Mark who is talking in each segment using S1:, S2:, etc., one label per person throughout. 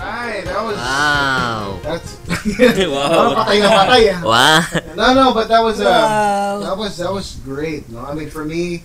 S1: that was
S2: Wow.
S1: that's
S3: Wow.
S1: parang patay na patay ah.
S2: Wow.
S1: No, no, but that was uh,
S4: Wow.
S1: that was that was great. No, I mean for me,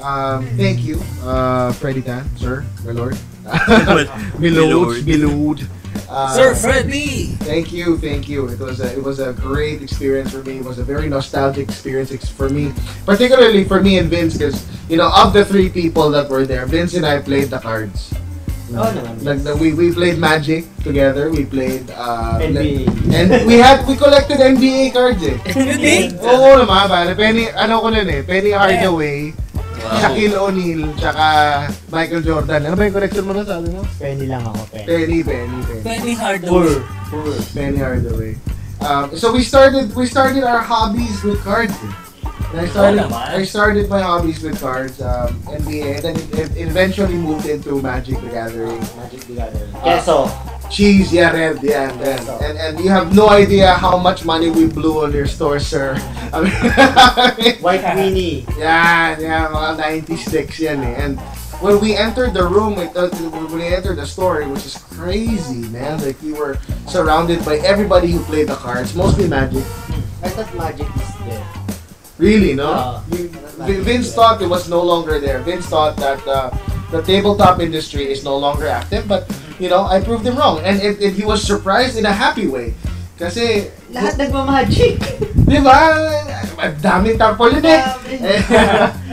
S1: um, thank you, uh, Freddy Tan, sir, my lord, my lord, my lord. Uh,
S3: Sir Freddy!
S1: Thank you, thank you. It was a, it was a great experience for me. It was a very nostalgic experience ex- for me, particularly for me and Vince, because you know of the three people that were there, Vince and I played the cards. No,
S4: Oh, naman.
S1: Like the, we we played Magic together. We played uh,
S4: NBA.
S1: like- and we had we collected NBA cards. Eh.
S3: Really?
S1: Oo naman, pare. Penny, ano ko nun eh, Penny Hardaway, Shaquille O'Neal, tsaka Michael Jordan. Ano ba yung connection mo na sa ano?
S4: Penny lang ako, Penny.
S1: Penny, Penny, Penny.
S3: Penny Hardaway.
S4: Poor. Poor.
S1: Penny Hardaway. Um, so we started we started our hobbies with cards. eh. And I started
S3: Oo naman.
S1: I started my hobbies with cards, um, NBA, and then it, it eventually moved into Magic the Gathering.
S4: Magic the Gathering. Keso.
S1: Cheese, yeah, red, yeah, red. And, and you have no idea how much money we blew on your store, sir. I mean,
S4: White Winnie.
S1: Yan, yan, mga 96 yan eh. And when we entered the room, it, uh, when we entered the store, it was just crazy, man. Like, we were surrounded by everybody who played the cards, mostly Magic.
S4: I thought Magic is dead.
S1: Really, no?
S4: Uh,
S1: V- Vince thought it was no longer there. Vince thought that uh, the tabletop industry is no longer active, but, you know, I proved him wrong. And it, it, he was surprised in a happy way. Kasi,
S4: Lahat nagmamagic.
S1: di ba, ang daming tarpaulin eh. Eh,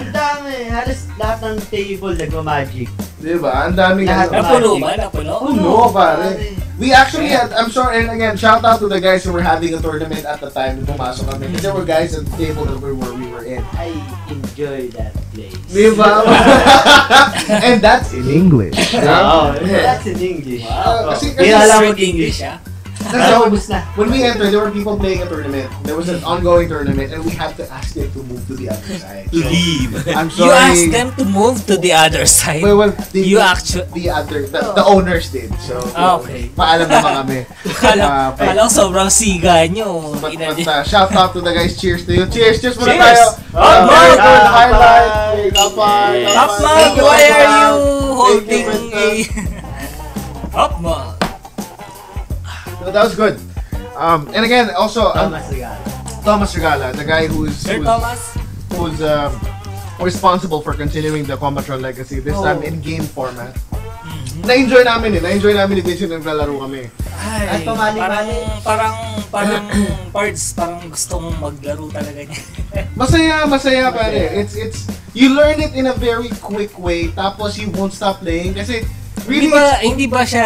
S4: Ang dami. Halos lahat ng table nagmamagic.
S1: di ba, ang daming
S4: Lahat
S1: ano.
S3: Napuno ba? Napuno?
S1: Oh no, pare. We actually had, I'm sure, and again, shout out to the guys who were having a tournament at the time nung pumasok kami. Kasi there were guys at the table that we were, we were in.
S4: I enjoy that place.
S1: Diba? and that's in English.
S4: Oh,
S1: Yeah. Uh,
S4: that's in English.
S3: Wow.
S4: Oh.
S1: Kasi- kasi-
S4: Hindi alam mo
S3: Straight English,
S4: English.
S3: ah.
S4: Alam ubus na.
S1: When we entered, there were people playing a tournament. There was an ongoing tournament, and we had to ask them to move to the other side. So,
S3: Leave.
S1: I'm
S3: You
S1: sorry.
S3: asked them to move to the other side.
S1: Well, well, the,
S3: You actually...
S1: the other, the, the owners did. So,
S3: Ah, okay.
S1: paalam naman kami. Ah,
S3: Kala, kala ko sobrang siga nyo.
S1: But,
S3: Ina-
S1: but, uh, shout out to the guys. Cheers to you. Cheers. Cheers muna
S3: Cheers.
S1: tayo.
S4: All
S1: Uh,
S4: right.
S1: Good highlight.
S4: Kapay.
S1: Kapay.
S4: Yes.
S3: Top
S1: Kapay.
S3: Mug,
S1: Thank
S3: why are
S1: Kapay.
S3: you
S1: Thank
S3: holding
S1: you,
S3: a... Top Mug.
S1: So that was good. Um, and again, also um,
S4: Thomas Regalo.
S1: Thomas Regala, the guy who's
S3: Sir
S1: who's,
S3: Thomas?
S1: who's um, responsible for continuing the Combatron legacy. This
S4: Oh.
S1: time in game format. Na-enjoy namin eh. Na-enjoy namin ni Vincent nung naglalaro kami.
S3: Ay,
S4: At pamali-mali.
S3: Parang, parang, parang parts, parang gustong maglaro talaga niya.
S1: Masaya, masaya
S4: Masaya.
S1: pare. It's it's you learn it in a very quick way. Tapos you won't stop playing kasi
S3: Hindi
S1: really
S3: ba, hindi ba siya,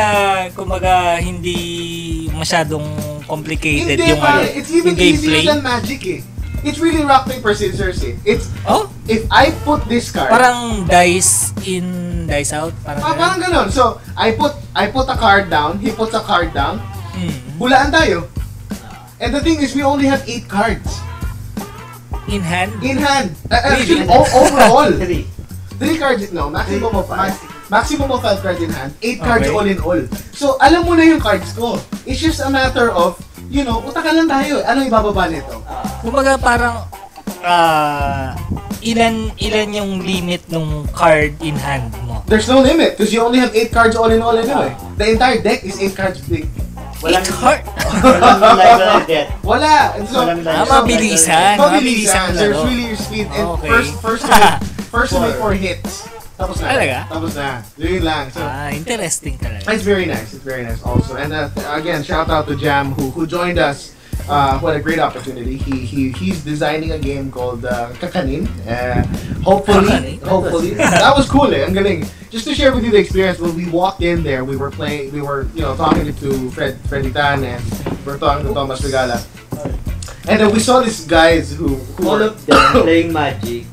S3: kumbaga, hindi masyadong complicated
S1: Hindi,
S3: yung, ano,
S1: pare. It's even
S3: yung gameplay?
S1: easier than Magic eh. It's really rock, paper, scissors eh. It's,
S3: Oh,
S1: if I put this card,
S3: parang dice in, dice out. Parang,
S1: Ah,
S3: ganun.
S1: parang ganun. So, I put I put a card down, he puts a card down,
S3: Mm.
S1: hulaan tayo. And the thing is, we only have eight cards
S3: In hand?
S1: in hand. Uh, actually,
S3: Really?
S1: o- overall,
S4: Three.
S1: three cards, no, maximum of five. Maximum of five cards in hand, eight cards
S3: Okay.
S1: all in all. So, alam mo na yung cards ko. It's just a matter of, you know, utaka lang tayo. Ano ibababa nito?
S3: Kumbaga parang ah, ilan ilan yung limit ng card in hand mo?
S1: There's no limit because you only have eight cards all in all anyway. The entire deck is eight cards big.
S4: Walang-
S3: Eight card?
S4: Walang live like that.
S1: Wala. And so,
S4: Walang
S3: Ah,
S4: live.
S3: mabilisan. Mabilisan
S1: mabilisan.
S3: ang
S1: There's
S3: laro.
S1: really your speed. And
S3: Okay.
S1: first, first to make, first to make four
S4: Four.
S1: hits. Tapos na.
S3: Talaga?
S1: Tapos na. Yun lang. So,
S3: Ah, interesting talaga.
S1: it's very nice. It's very nice also. And uh, again, shout out to Jam who, who joined us. Uh, what a great opportunity. He, he He's designing a game called uh, Kakanin. Uh, hopefully,
S3: Kakanin?
S1: hopefully. that was cool eh. Ang galing. Just to share with you the experience, when we walked in there, we were playing, we were, you know, talking to Fred, Freddy Tan and we were talking to Thomas Regala. And then we saw these guys who, who
S4: All
S1: were,
S4: of them playing Magic.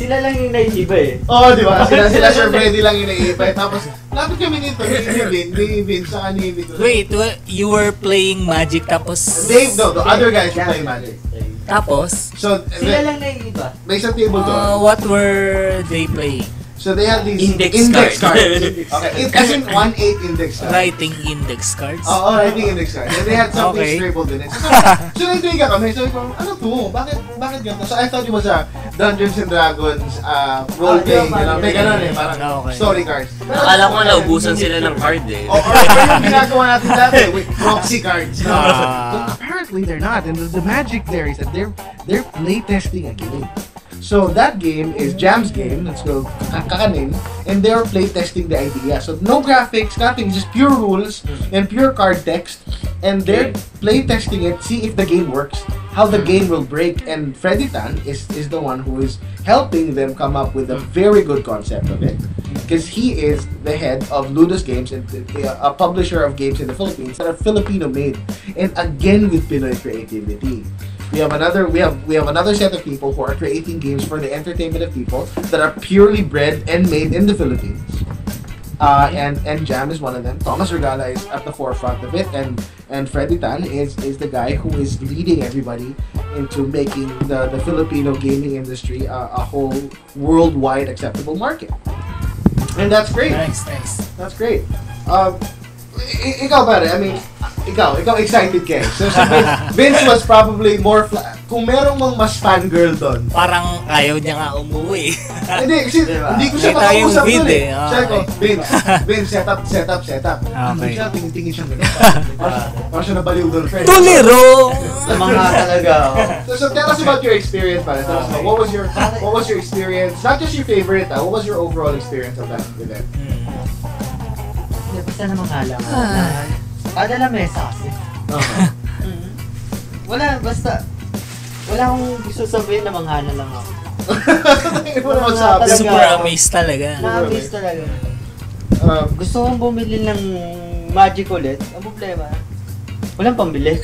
S4: Sila lang yung naiiba eh.
S1: Oo, oh, di ba? Sila, sila Sir Freddy lang yung naiipay. Tapos, lapit kami nito, ni ni Vin, ni Vin, saka ni Vin.
S3: Wait, wa- you were playing Magic tapos...
S1: Dave, no, the other guys were playing Magic.
S3: Tapos,
S1: So,
S4: Sila
S1: the,
S4: lang naiiba.
S1: may isang table
S3: ah,
S1: doon.
S3: what were they playing?
S1: So, they have these
S3: Index card.
S1: cards. Okay, it, as in 1-8 index cards.
S3: Writing index cards?
S1: Oo, oh, writing index cards. And they had something
S3: Okay.
S1: scribbled in it. So, so nagtiga kami. Sabi ko, ano to? Bakit, bakit ganito? So, I thought it was a, Dungeons and Dragons
S2: Ah,
S1: uh, role playing. Ganun. May ganun eh, parang
S3: Ah, okay.
S1: story cards.
S2: Akala ko naubusan sila ng card eh.
S1: O, or or yung ginagawa natin dati with proxy cards. no?
S3: Ah.
S1: But apparently they're not. And the, the magic there is that they're they're playtesting a game. So that game is Jam's game. Let's go kakanin. And they're playtesting the idea. So no graphics, nothing, just pure rules and pure card text. And they're playtesting it, see if the game works, how the game will break. And Freddy Tan is, is the one who is helping them come up with a very good concept of it. Because he is the head of Ludus Games, and a publisher of games in the Philippines that are Filipino made. And again with Pinoy creativity. We have another we have we have another set of people who are creating games for the entertainment of people that are purely bred and made in the Philippines. Uh, and and Jam is one of them. Thomas Regala is at the forefront of it, and and Freddy Tan is is the guy who is leading everybody into making the, the Filipino gaming industry a, a whole worldwide acceptable market. And that's great.
S3: Nice, nice.
S1: That's great. Um, i- ikaw ba I mean, ikaw, ikaw excited ka. eh. So, si Vince, Vince was probably more, fla- kung merong mang mas fangirl doon.
S3: Parang ayaw niya nga umuwi.
S1: Hindi, kasi
S4: Diba?
S1: hindi ko siya
S3: May tayong
S1: makausap
S3: vid
S1: doon eh.
S3: eh. Ah,
S1: Sabi ko,
S3: okay. Ah,
S1: Vince, Vince, set up, set up, set up. Hindi
S3: Okay. Ah.
S1: siya, tingin-tingin siya ganun. Parang- Parang siya nabaliw girlfriend.
S3: Tuliro!
S4: Sa mga talaga. oh.
S1: So, so tell us about your experience, pare. Tell us about what was your what was your experience? Not just your favorite, ah, what was your overall experience of that event?
S3: Hmm.
S4: Hindi, Basta na mga lang. Kada na mesa kasi.
S1: Uh-huh.
S4: Mm-hmm. Wala, basta. Wala akong gusto sabihin na mangana lang ako.
S1: Ano mo naman sabi?
S4: Talaga.
S3: Super amazed talaga.
S4: Na-amaze talaga.
S1: Um,
S4: Gusto kong bumili ng magic ulit. Ang problema, walang pambili.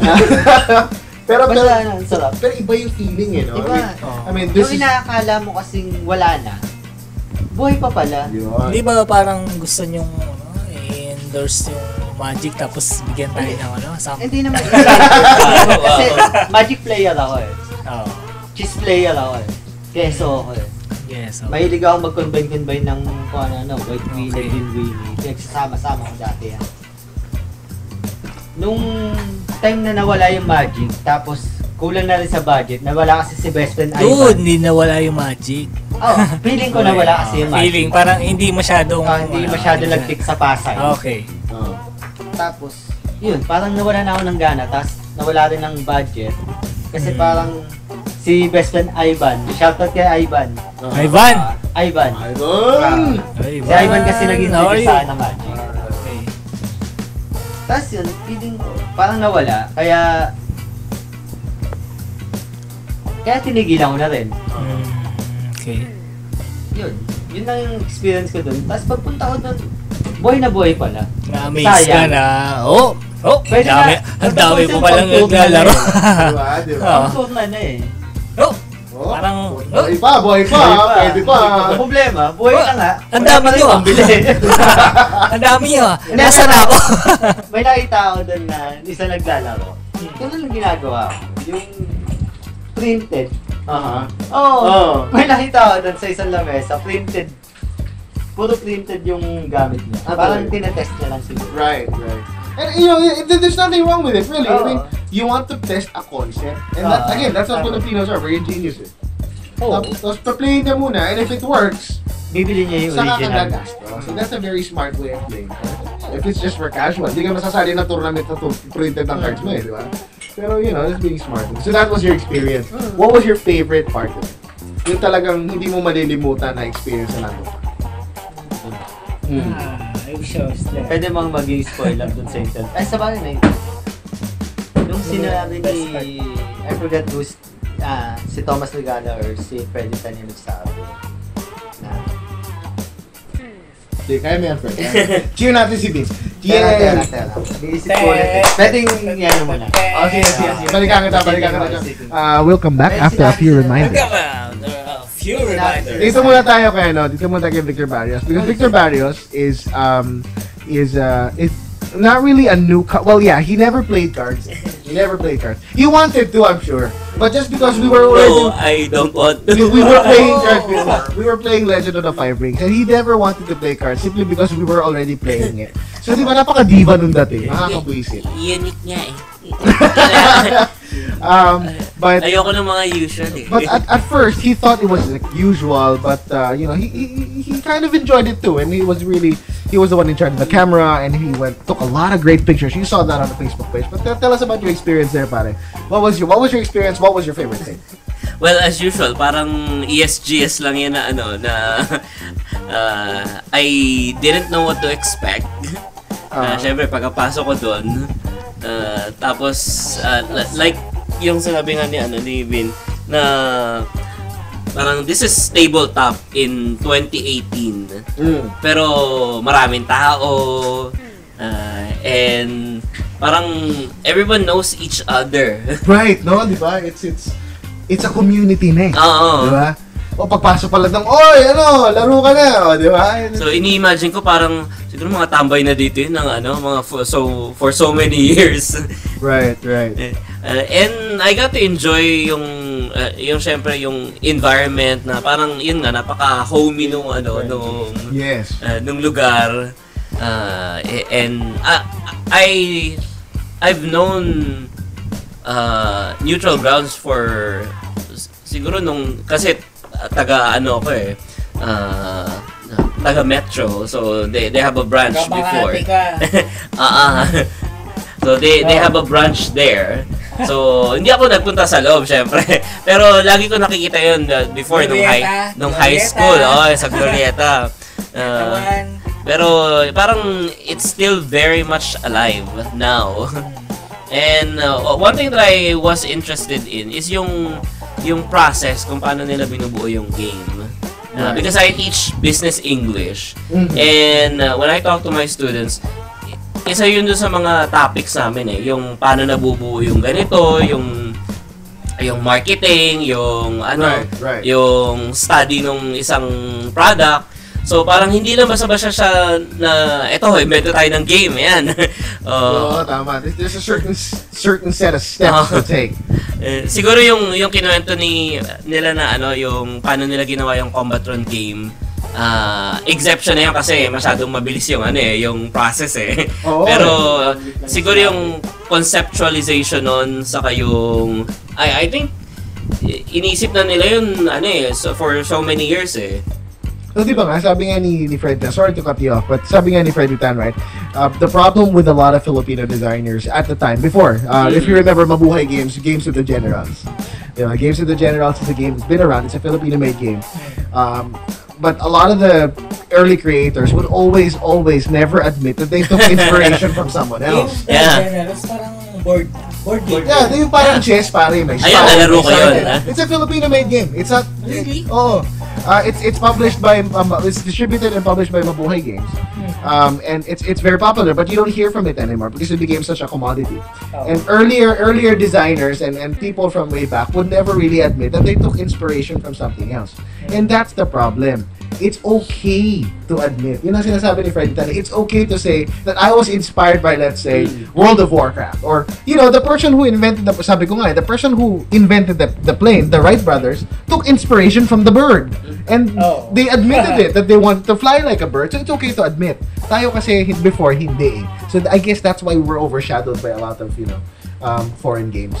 S1: pero, pero,
S4: Basta ano, ang sarap.
S1: pero iba yung feeling eh, no?
S4: Iba.
S1: I mean, I mean, this is...
S4: Yung inaakala mo kasing wala na, buhay pa pala.
S1: Yun.
S3: Di ba parang gusto niyong ano, i-endorse yung magic tapos bigyan tayo ng ano, something?
S4: Hindi naman excited. Kasi magic player ako eh.
S3: Oh,
S4: Cheese player ako eh. Keso ako eh.
S3: yes. oh. Okay.
S4: Mahilig ako mag-combine-combine ng kung ano, ano, white wheelie,
S3: Okay.
S4: green wheelie. Pinagsasama-sama ko dati yan. Nung time na nawala yung magic, tapos kulang na rin sa budget, nawala kasi si best friend
S3: Dude,
S4: Ivan.
S3: hindi nawala yung magic.
S4: Oh, feeling ko nawala kasi yung magic.
S3: Feeling, parang hindi masyadong...
S4: Ah, hindi
S3: ano,
S4: masyado
S3: hindi
S4: nag-tick sa Pasay.
S3: Okay.
S1: Oh.
S4: Tapos, yun, parang nawala na ako ng gana, tapos nawala rin ng budget. Kasi
S3: Mm.
S4: parang si best friend Ivan, shoutout kay Ivan.
S1: Oh.
S3: Ivan!
S4: Ah, Ivan.
S1: Ayun!
S3: Ay,
S4: Si Ivan kasi naging
S3: how are
S4: dito
S3: you?
S4: sa magic.
S3: Okay.
S4: Tapos yun, feeling ko, parang nawala. Kaya, kaya tinigilan ko na rin.
S3: Mm, Okay.
S4: Yun, yun lang yung experience ko dun. Tapos pagpunta ko dun, boy na boy pala.
S3: Na-amaze ka
S4: Sayang.
S3: na. Oh! Oh, ang
S4: Pwede
S3: dami,
S4: na.
S3: ang dami
S4: Tapos
S3: mo
S4: yung
S3: palang
S4: pagtulog na
S3: naglalaro.
S1: Diba? Diba?
S3: Ah.
S4: Ang na na eh.
S3: oh,
S1: Oh.
S3: Parang-
S1: Buhay pa, buhay pa! Pwede pa!
S4: Ang problema, buhay na nga.
S3: Ang dami
S4: Wala pa rin
S3: nyo ah.
S4: pambili.
S3: ang dami ah.
S4: Hindi,
S3: Nasaan na ako?
S4: May nakita ako dun na isa naglalaro. Yun lang ginagawa ko. Yung printed.
S1: Aha.
S4: Oo.
S1: Oo.
S4: May nakita ako dun sa isang lamesa, printed. Puro printed yung gamit niya.
S1: Ah,
S4: Parang
S1: talaga?
S4: tinetest niya lang siguro.
S1: Right, right. And you know, it, it- there's nothing wrong with it, really. I
S4: Oo.
S1: mean, you want to test a concept, and that,
S4: Oo.
S1: again, that's what
S4: Tama.
S1: Filipinos are. We're ingenious. Eh.
S4: Oo.
S1: Tapos, tapos pa-play niya muna, and if it works,
S4: Bibili niya yung
S1: saka ka
S4: original.
S1: gagasto. So that's a very smart way of playing. If it's just for casual, hindi ka masasali ng tournament na to, printed ng cards mo eh, di ba? Pero you know, that's being smart. So that was your experience. What was your favorite part of it? Yung talagang hindi mo malilimutan na experience na nandun.
S3: I wish I was there.
S4: Pwede mang maging spoiler dun sa intel. Ay, sa bagay na yun. Nung sinabi ni... I forgot who's... Ah, si Thomas Regala or si Freddy Tan yung nagsabi. Na,
S1: Sige, kaya may effort. Cheer natin si Vince.
S4: tera,
S1: Cheer!
S4: tera, tera. Iisip ko ulit. Pwede yung yan mo na.
S1: Oh, sige, sige, sige. Balikan kita, balikan kita. Uh, we'll come back
S4: after a few reminders.
S3: Come on, there are a few reminders.
S1: Dito muna tayo kay ano, dito muna tayo kay Victor Barrios because Victor Barrios is um is uh is not really a new ca- well yeah, he never played cards. He never played cards. He wanted to, I'm sure. But just because we were
S2: No,
S1: already
S2: I don't want
S1: we, we were playing cards before. We were playing Legend of the Five Rings and he never wanted to play cards simply because we were already playing it. So di ba napaka-diva nung dati, nakakabwisit.
S2: Unique nga eh.
S1: um, but
S2: Ayoko ng mga usual eh.
S1: But at, at first, he thought it was like usual, but uh, you know, he, he he kind of enjoyed it too, and he was really he was the one in charge of the camera, and he went took a lot of great pictures. You saw that on the Facebook page. But tell, tell us about your experience there, pare. What was your what was your experience? What was your favorite thing?
S2: Well, as usual, parang E ESGS lang yan na ano, na uh, I didn't know what to expect.
S1: Ah.
S2: Uh, Siyempre, pagkapasok ko doon, uh, tapos, uh, li- like yung sinabi nga ni, ano, ni Vin, na parang this is tabletop in 2018
S1: Mm.
S2: pero maraming tao uh, and parang everyone knows each other.
S1: Right, no, di ba? It's it's it's a community na, eh,
S2: Oo.
S1: di ba? O pagpasok pa lang ng, oy, ano, laro ka na, o, di ba?
S2: So ini-imagine ko parang siguro mga tambay na dito yun ng ano mga for, so for so many years.
S1: right, right.
S2: Eh, uh, and I got to enjoy yung uh, yung syempre yung environment na parang yun nga napaka homey nung ano nung
S1: Yes.
S2: uh, nung lugar uh, eh, and ah, I I've known uh, neutral grounds for s- siguro nung kasi ah, taga ano ako eh uh, taga Metro so they they have a branch before
S3: Kapangati ka.
S2: ah ah. So they they have a branch there. So hindi ako nagpunta sa loob syempre. Pero lagi ko nakikita 'yun uh, before nung high
S3: Glorieta.
S2: nung high
S3: Glorieta.
S2: school, oh, sa Glorieta. Uh,
S3: Kawan.
S2: pero parang it's still very much alive now. And uh, one thing that I was interested in is yung yung process kung paano nila binubuo yung game. Uh,
S1: Right.
S2: because I teach business English.
S1: Mhm.
S2: And uh, when I talk to my students, i- isa yun doon sa mga topics namin eh, yung paano nabubuo yung ganito, yung yung marketing, yung ano,
S1: Right, right.
S2: yung study ng isang product. So parang hindi lang basta-basta siya na eto, invento tayo ng game, Oh, yan. uh,
S1: Oo,
S2: Oo.
S1: tama. There's- There's a certain certain set of steps
S2: Uh-huh.
S1: to take.
S2: Eh, siguro yung yung kinuwento ni nila na ano, yung paano nila ginawa yung Combatron game. ah exception na yun kasi masyadong mabilis yung ano eh, yung process eh.
S1: Oo.
S2: Pero Oh, siguro yung conceptualization nun saka yung I I think i- iniisip na nila yun ano eh so for so many years eh.
S1: So, di ba nga, sabi nga ni, ni Fred, na- sorry to cut you off, but sabi nga ni Fred Rutan, right, uh, the problem with a lot of Filipino designers at the time, before, uh, if you remember Mabuhay Games, Games with the Generals. You know, Games with the Generals is a game that's been around, it's a Filipino-made game. Um, but a lot of the early creators would always, always never admit that they took inspiration from someone else.
S2: Yeah.
S3: Tapos parang board, board game.
S1: Yeah, di yung parang chess, pare, may
S2: Ayun,
S1: style,
S2: nalaro
S1: may
S2: ko yun,
S1: style.
S2: ah.
S1: It's a Filipino-made game. It's not...
S3: Really?
S1: Oh, uh, it's it's published by um, it's distributed and published by Mabuhay Games,
S3: Hmm.
S1: um, and it's it's very popular. But you don't hear from it anymore because it became such a commodity. And earlier earlier designers and, and people from way back would never really admit that they took inspiration from something else, and that's the problem. It's okay to admit. Yun ang sinasabi ni Fred Tan. It's okay to say that I was inspired by, let's say, World of Warcraft. Or, you know, the person who invented the, sabi ko nga, eh, the person who invented the, the plane, the Wright brothers, took inspiration from the bird. And
S3: Oh.
S1: they admitted it, that they wanted to fly like a bird. So it's okay to admit. Tayo kasi hin- before, hindi eh. So I guess that's why we were overshadowed by a lot of, you know, um, foreign games.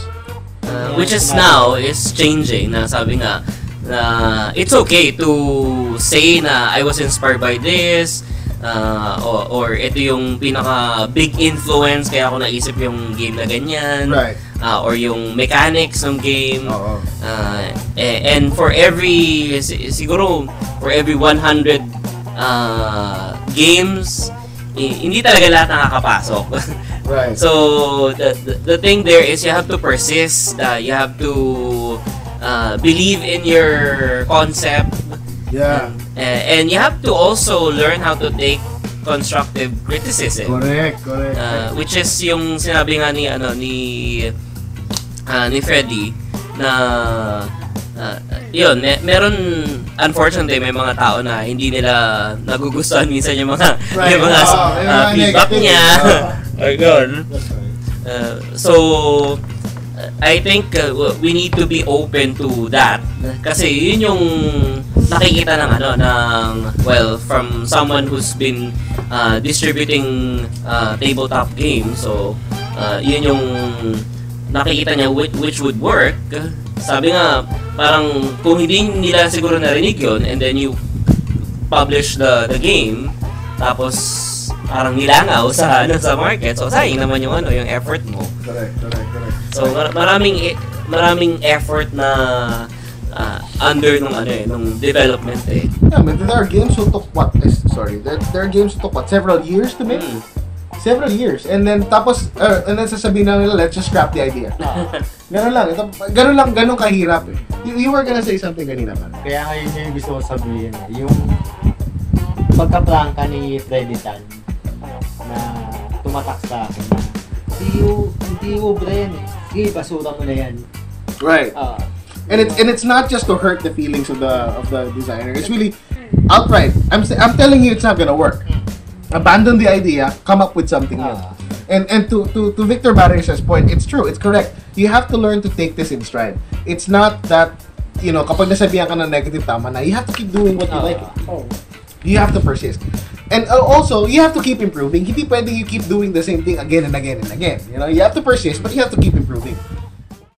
S2: Uh, which is now is changing na sabi nga na it's okay to say na I was inspired by this uh, or, or ito yung pinaka big influence kaya ako naisip yung game na ganyan
S1: Right. Oh.
S2: Ah, or yung mechanics ng game
S1: Oo.
S2: Uh, a- and for every si- siguro for every 100 uh, games i- hindi talaga lahat nakakapasok.
S1: Right.
S2: so the, the the thing there is you have to persist, uh, you have to uh, believe in your concept
S1: yeah.
S2: uh, and you have to also learn how to take constructive criticism.
S1: Correct, correct.
S2: Uh, which is yung sinabi nga ni ano ni ah, ni Freddy na ah, yun me- meron unfortunately may mga tao na hindi nila nagugustuhan minsan yung mga
S1: Right,
S2: yung mga
S1: oo,
S2: ah,
S1: yung mga
S2: feedback
S1: negative,
S2: niya
S1: oo.
S2: or ganun. Ah, so ah, I think ah, w- we need to be open to that kasi yun yung nakikita ng ano ng well from someone who's been uh, distributing uh, tabletop games. So, uh, yun yung nakikita niya which, which would work, sabi nga, parang kung hindi nila siguro narinig yun, and then you publish the the game, tapos parang nilangaw sa ano, sa market, so sayang naman yung ano, yung effort mo.
S1: Correct, correct, correct.
S2: So mar- maraming e- maraming effort na ah, under nung ano eh, nung development eh.
S1: Yeah, but there are games who took what? eh, Sorry, there, there are games who took what? Several years to make?
S2: Mm.
S1: Several years. And then, tapos, uh, and then sasabihin na nila, let's just scrap the idea.
S2: Ah. Hmm.
S1: Ganun lang. Ito, ganun lang, ganun kahirap eh. You, you were gonna say something kanina pa.
S4: Kaya ngayon yun yung gusto ko sabihin eh. Yung pagka-prangka ni Freddy Tan na tumatak sa akin na hindi u- hindi ubra yan eh. Sige, basura mo na yan.
S1: Right.
S4: Ah.
S1: And it's and it's not just to hurt the feelings of the of the designer. It's really outright. I'm sa- I'm telling you, it's not gonna work. Abandon the idea. Come up with something new.
S4: Ah.
S1: And and to to to Victor Barrios' point, it's true. It's correct. You have to learn to take this in stride. It's not that you know kapag nasabihan ka ng negative tama na. You have to keep doing what you
S4: Ah.
S1: like. You have to persist. And uh, also, you have to keep improving. Hindi pwedeng you keep doing the same thing again and again and again. You know, you have to persist, but you have to keep improving.